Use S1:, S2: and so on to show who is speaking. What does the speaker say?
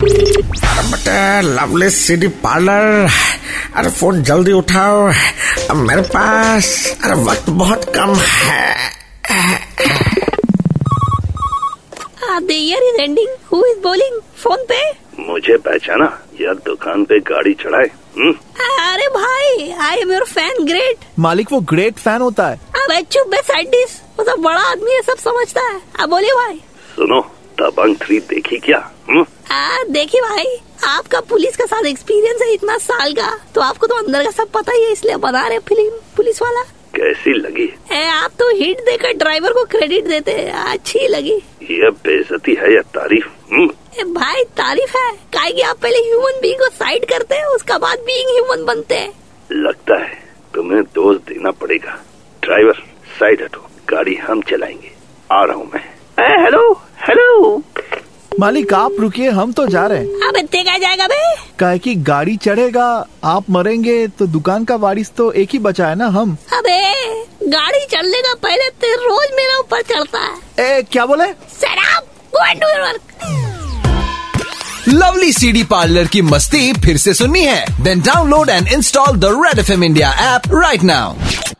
S1: अरे बटे lovely city parlour अरे फोन जल्दी उठाओ अब मेरे पास अरे वक्त बहुत कम है
S2: the year is ending. Who is bowling? Phone पे?
S3: मुझे पहचाना यार दुकान पे गाड़ी चढ़ाए हम्म?
S2: अरे भाई, I am your fan. Great.
S4: मालिक वो ग्रेट फैन होता है
S2: अब चुप बे साइंटिस्ट वो सब बड़ा आदमी है सब समझता है अब बोलिए भाई
S3: सुनो दबंग थ्री देखी क्या हम्म?
S2: आ, देखिए भाई आपका पुलिस के साथ एक्सपीरियंस है इतना साल का तो आपको तो अंदर का सब पता ही है इसलिए बना रहे फिल्म पुलिस वाला
S3: कैसी लगी
S2: ए, आप तो हिट देकर ड्राइवर को क्रेडिट देते हैं अच्छी लगी
S3: ये बेजती है या तारीफ हम्म?
S2: ए, भाई तारीफ है काहे कि आप पहले ह्यूमन बीइंग को साइड करते हैं उसका बाद बीइंग ह्यूमन बनते हैं
S3: लगता है तुम्हें दोष देना पड़ेगा ड्राइवर साइड हटो गाड़ी हम चलाएंगे आ रहा हूँ मैं ए, हेलो हेलो
S4: मालिक आप रुकिए हम तो जा रहे हैं
S2: अब देखा जाएगा बे
S4: काहे कि गाड़ी चढ़ेगा आप मरेंगे तो दुकान का वारिस तो एक ही बचा है ना हम
S2: अबे गाड़ी चलने का पहले तो रोज मेरा ऊपर चढ़ता है
S4: ए क्या बोले
S2: शराब go and do your work
S5: lovely CD parlour की मस्ती फिर से सुननी है then download and install the Red F India app right now